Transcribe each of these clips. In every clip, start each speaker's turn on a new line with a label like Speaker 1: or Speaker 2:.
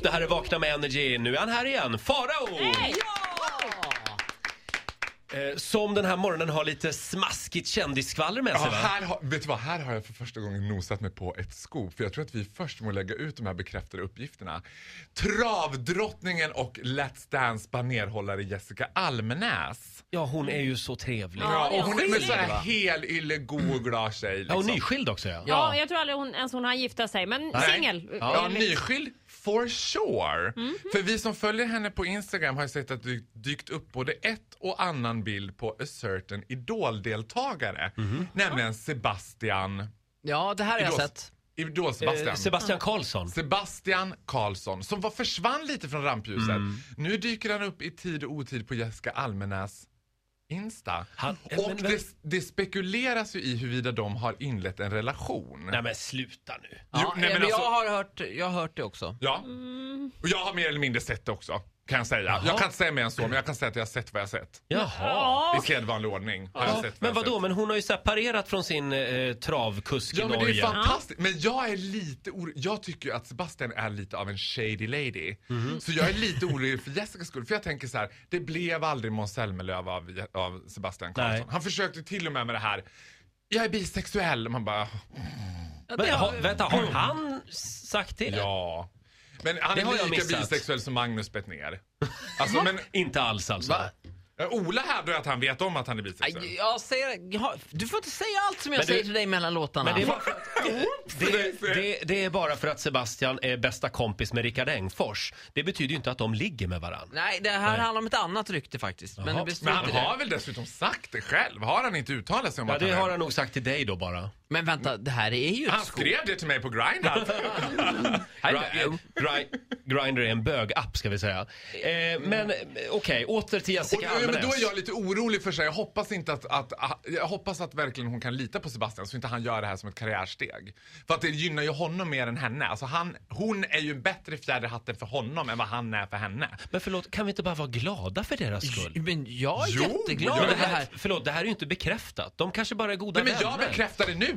Speaker 1: Det här är Vakna med Energy. Nu är han här igen. Farao! Eh, Som den här morgonen har lite smaskigt kändisskvaller med
Speaker 2: Ja,
Speaker 1: sig va?
Speaker 2: här har, vet du vad, här har jag för första gången nosat mig på ett skop. För jag tror att vi först må lägga ut de här bekräftade uppgifterna. Travdrottningen och Let's Dance banerhållare Jessica Almenäs.
Speaker 1: Ja, hon är ju så trevlig.
Speaker 3: Ja, det är
Speaker 2: och hon är
Speaker 3: hon.
Speaker 2: en sån här helylle, god och glad tjej.
Speaker 1: Ja, och
Speaker 2: Liksom.
Speaker 1: nyskild också ja.
Speaker 3: Ja, jag tror aldrig hon, ens hon har gifta sig, men
Speaker 2: Nej.
Speaker 3: singel.
Speaker 2: Ja,
Speaker 3: Eller-
Speaker 2: nyskild for sure. För vi som följer henne på Instagram har ju sett att det dykt upp både ett och annan bild på a certain idoldeltagare. Nämligen Sebastian...
Speaker 4: Ja, det här har jag
Speaker 2: Idol-
Speaker 4: sett.
Speaker 2: Idol-Sebastian.
Speaker 1: Eh, Sebastian Karlsson.
Speaker 2: Sebastian Karlsson som var försvann lite från rampljuset.
Speaker 1: Mm.
Speaker 2: Nu dyker han upp i tid och otid på Jessica Almenäs Insta.
Speaker 1: Han-
Speaker 2: och
Speaker 1: men-
Speaker 2: det, det spekuleras ju i huruvida de har inlett en relation.
Speaker 1: Nej men sluta nu.
Speaker 2: Jo,
Speaker 4: Ja, eh,
Speaker 2: nej, men
Speaker 4: men jag,
Speaker 2: alltså-
Speaker 4: har Mm. hört, jag har hört det också.
Speaker 2: Ja. Och jag har mer eller mindre sett det också. Kan jag säga. Jag kan inte säga mer än så men jag kan säga att jag har sett vad jag har sett.
Speaker 1: Jaha.
Speaker 2: I sedvanlig ordning har jag
Speaker 1: Ja,
Speaker 2: sett vad
Speaker 1: men
Speaker 2: jag har
Speaker 1: vadå,
Speaker 2: sett.
Speaker 1: men hon har ju separerat från sin eh, travkusk i
Speaker 2: Ja men det är
Speaker 1: Norge.
Speaker 2: fantastiskt. Men jag är lite orolig. Jag tycker ju att Sebastian är lite av en shady lady.
Speaker 1: Mhm.
Speaker 2: Så jag är lite orolig för Jessicas skull. För jag tänker så här, det blev aldrig Måns Zelmerlöw av, Je- av Sebastian Karlsson.
Speaker 1: Nej.
Speaker 2: Han försökte till och med med det här, jag är bisexuell. Man bara,
Speaker 1: Men, ha, vänta, har han sagt det?
Speaker 2: ja. Men han
Speaker 1: Det har
Speaker 2: är
Speaker 1: jag
Speaker 2: lika
Speaker 1: missat.
Speaker 2: bisexuell som Magnus Bettner. Alltså men,
Speaker 1: Inte alls alltså.
Speaker 4: Va?
Speaker 2: eh, Ola hävdar ju att han vet om att han är bisexuell.
Speaker 4: Aj, Jag säger, jag, har- du får inte säga allt som jag
Speaker 1: Men du-
Speaker 4: säger till dig mellan låtarna.
Speaker 1: Men det, är bara för att, det,
Speaker 2: det-
Speaker 1: det, det är bara för att Sebastian är bästa kompis med Rickard Engfors. Det betyder ju inte att de ligger med varandra.
Speaker 4: Nej, det här handlar om ett annat rykte faktiskt. Men
Speaker 1: Jaha.
Speaker 4: det består
Speaker 2: Men
Speaker 4: inte
Speaker 2: han
Speaker 4: det.
Speaker 2: har väl dessutom sagt det själv? Har han inte uttalat sig om
Speaker 1: Ja,
Speaker 2: att
Speaker 1: det
Speaker 2: han är-
Speaker 1: har han nog sagt till dig då bara.
Speaker 4: Men vänta, det här är ju
Speaker 2: Han
Speaker 4: ett skop.
Speaker 2: skrev det till mig på Grindr.
Speaker 4: Hello.
Speaker 1: Gri- Gri- Grindr är en bögapp ska vi säga. Eh, men eh, okej, åter till
Speaker 2: Och,
Speaker 1: Jessica
Speaker 2: ja, men
Speaker 1: Almenäs.
Speaker 2: då är jag lite orolig för sig. Jag hoppas, inte att, att, att, jag hoppas att verkligen hon kan lita på Sebastian så inte han gör det här som ett karriärsteg. För att det gynnar ju honom mer än henne. Alltså han, hon är ju en bättre fjäder i hatten för honom än vad han är för henne.
Speaker 1: Men förlåt, kan vi inte bara vara glada för deras skull?
Speaker 4: Men jag är
Speaker 2: Jo,
Speaker 4: jätteglad
Speaker 2: jag
Speaker 4: över
Speaker 2: är
Speaker 4: det här.
Speaker 1: Förlåt, det här är ju inte bekräftat. De kanske bara är goda
Speaker 2: Nej, men jag
Speaker 1: vänner.
Speaker 2: bekräftar det nu!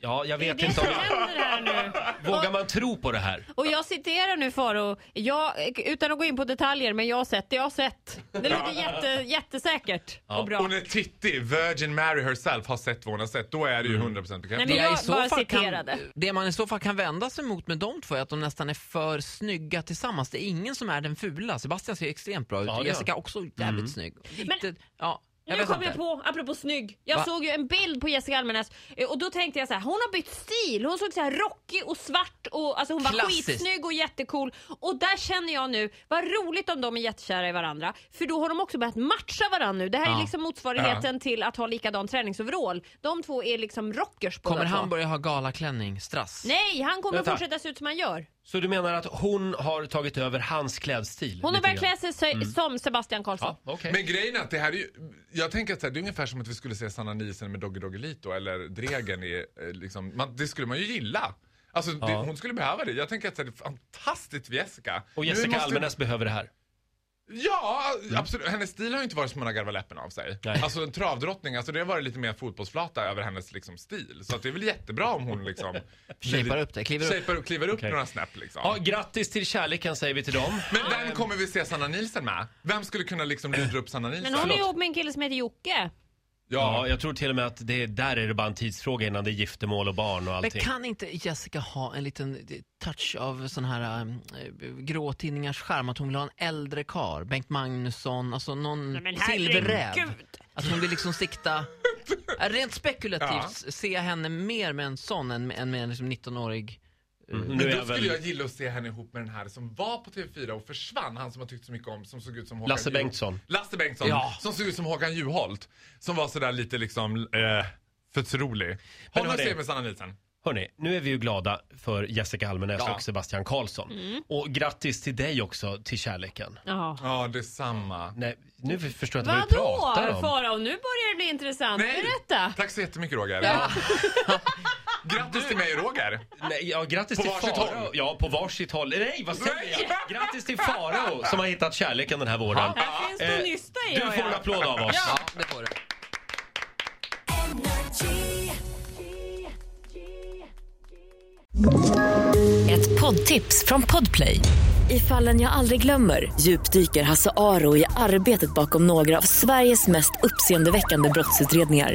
Speaker 1: Ja, jag
Speaker 3: Det är
Speaker 1: vet
Speaker 3: det
Speaker 1: inte
Speaker 3: som
Speaker 1: om...
Speaker 3: händer här nu.
Speaker 1: Vågar man tro på det här?
Speaker 3: Och jag citerar nu Faro, jag, utan att gå in på detaljer, men jag har sett det jag har sett. Det låter jätte, jättesäkert och bra.
Speaker 2: Och när Titti, Virgin Mary herself, har sett vad hon har sett, då är det ju 100% bekräftat.
Speaker 3: Nej, men
Speaker 4: Det
Speaker 3: jag
Speaker 4: i så
Speaker 3: bara
Speaker 4: fall
Speaker 3: citerade.
Speaker 4: Kan, det man i så fall kan vända sig mot med de två är att de nästan är för snygga tillsammans. Det är ingen som är den fula. Sebastian ser extremt bra ut.
Speaker 1: Ja, det gör
Speaker 4: Jessica också jävligt snygg. Lite, ja, jag
Speaker 3: nu
Speaker 4: vet
Speaker 3: kom jag
Speaker 4: inte.
Speaker 3: på, apropå snygg, jag
Speaker 4: Va?
Speaker 3: såg ju en bild på Jessica Almenäs eh, och då tänkte jag så här, hon har bytt stil. Hon såg så här rockig och svart och alltså hon var
Speaker 4: Klassiskt.
Speaker 3: skitsnygg och jättecool. Och där känner jag nu, vad roligt om de är jättekära i varandra. För då har de också börjat matcha varandra nu. Det här är
Speaker 4: Ja.
Speaker 3: liksom motsvarigheten till att ha likadan träningsoverall. De två är liksom rockers båda
Speaker 4: Kommer
Speaker 3: två.
Speaker 4: han börja ha galaklänning, strass?
Speaker 3: Nej, han kommer
Speaker 1: Vänta.
Speaker 3: fortsätta se ut som han gör.
Speaker 1: Så du menar att hon har tagit över hans klädstil?
Speaker 3: Hon har
Speaker 1: lite
Speaker 3: börjat
Speaker 1: grann?
Speaker 3: klä sig så-
Speaker 4: Mm.
Speaker 3: som Sebastian Karlsson.
Speaker 1: Ja, okej.
Speaker 2: Men grejen är att det här är ju, jag tänker att så här, det är ungefär som att vi skulle se Sanna Nielsen med Dogge Doggelito eller Dregen i, eh, liksom, man, det skulle man ju gilla. Alltså det,
Speaker 1: Ja.
Speaker 2: hon skulle behöva det. Jag tänker att så här, det är fantastiskt för Jessica.
Speaker 1: Och
Speaker 2: Nu
Speaker 1: Jessica
Speaker 2: måste-
Speaker 1: Almenäs behöver det här.
Speaker 2: Ja, absolut. Hennes stil har ju inte varit som hon har garvat läppen av sig.
Speaker 1: Nej.
Speaker 2: Alltså en travdrottning, alltså det har varit lite mer fotbollsflata över hennes liksom, stil. Så att det är väl jättebra om hon liksom...
Speaker 4: Shapear upp det, kliver upp.
Speaker 2: Shapear upp, kliver upp
Speaker 1: Okej.
Speaker 2: några snäpp liksom.
Speaker 1: Ja, grattis till kärleken säger vi till dem.
Speaker 2: Men vem kommer vi se Sanna Nielsen med? Vem skulle kunna liksom lyda upp Sanna Nielsen?
Speaker 3: Men hon är
Speaker 1: Förlåt.
Speaker 3: ihop med en kille som heter Jocke.
Speaker 1: Ja, jag tror till och med att det, där är det bara en tidsfråga innan det är giftermål och barn och
Speaker 4: Men
Speaker 1: allting.
Speaker 4: kan inte Jessica ha en liten eh, touch av sån här äh, grå tidningars charm? Att hon vill ha en äldre kar, Bengt Magnusson, alltså någon
Speaker 3: men
Speaker 4: silverräv.
Speaker 3: herregud.
Speaker 4: Att hon vill liksom sikta... Ja, Rent spekulativt se henne mer med en sån än med, än med en liksom 19-årig...
Speaker 1: Nu
Speaker 2: Men
Speaker 1: är
Speaker 2: då
Speaker 1: jag
Speaker 2: skulle
Speaker 1: väl
Speaker 2: jag gilla att se henne ihop med den här som var på TV4 och försvann. Han som har tyckt så mycket om, som såg ut som Håkan
Speaker 1: Lasse
Speaker 2: Juholt.
Speaker 1: Bengtsson.
Speaker 2: Lasse Bengtsson.
Speaker 4: Ja.
Speaker 2: Som såg ut som Håkan Juholt. Som var sådär lite liksom, eh, förtrolig. Honom
Speaker 1: hörni.
Speaker 2: ser jag med Sanna Nielsen.
Speaker 1: Hörni, nu är vi ju glada för Jessica Almenäs
Speaker 2: Ja.
Speaker 1: och Sebastian Karlsson. Och grattis till dig också till kärleken.
Speaker 3: Jaha.
Speaker 2: Ja, detsamma.
Speaker 1: Nej, nu förstår jag inte vad du
Speaker 3: Vadå
Speaker 1: pratar om.
Speaker 3: Farao, nu börjar det bli intressant. Berätta!
Speaker 2: Tack så jättemycket Roger. Grattis till mig Roger.
Speaker 1: Nej, ja, grattis
Speaker 2: På
Speaker 1: till
Speaker 2: varsitt
Speaker 1: Farao.
Speaker 2: håll.
Speaker 1: Ja, på varsitt håll. Nej, vad säger
Speaker 2: Nej.
Speaker 1: jag? Grattis till Farao som har hittat kärleken den här våren.
Speaker 3: Här finns det
Speaker 1: Eh,
Speaker 3: att nysta i.
Speaker 1: Du
Speaker 3: hör
Speaker 1: får en
Speaker 3: jag.
Speaker 1: applåd av oss.
Speaker 4: Ja, det får du.
Speaker 5: Ett poddtips från Podplay. I fallen jag aldrig glömmer djupdyker Hasse Aro i arbetet bakom några av Sveriges mest uppseendeväckande brottsutredningar.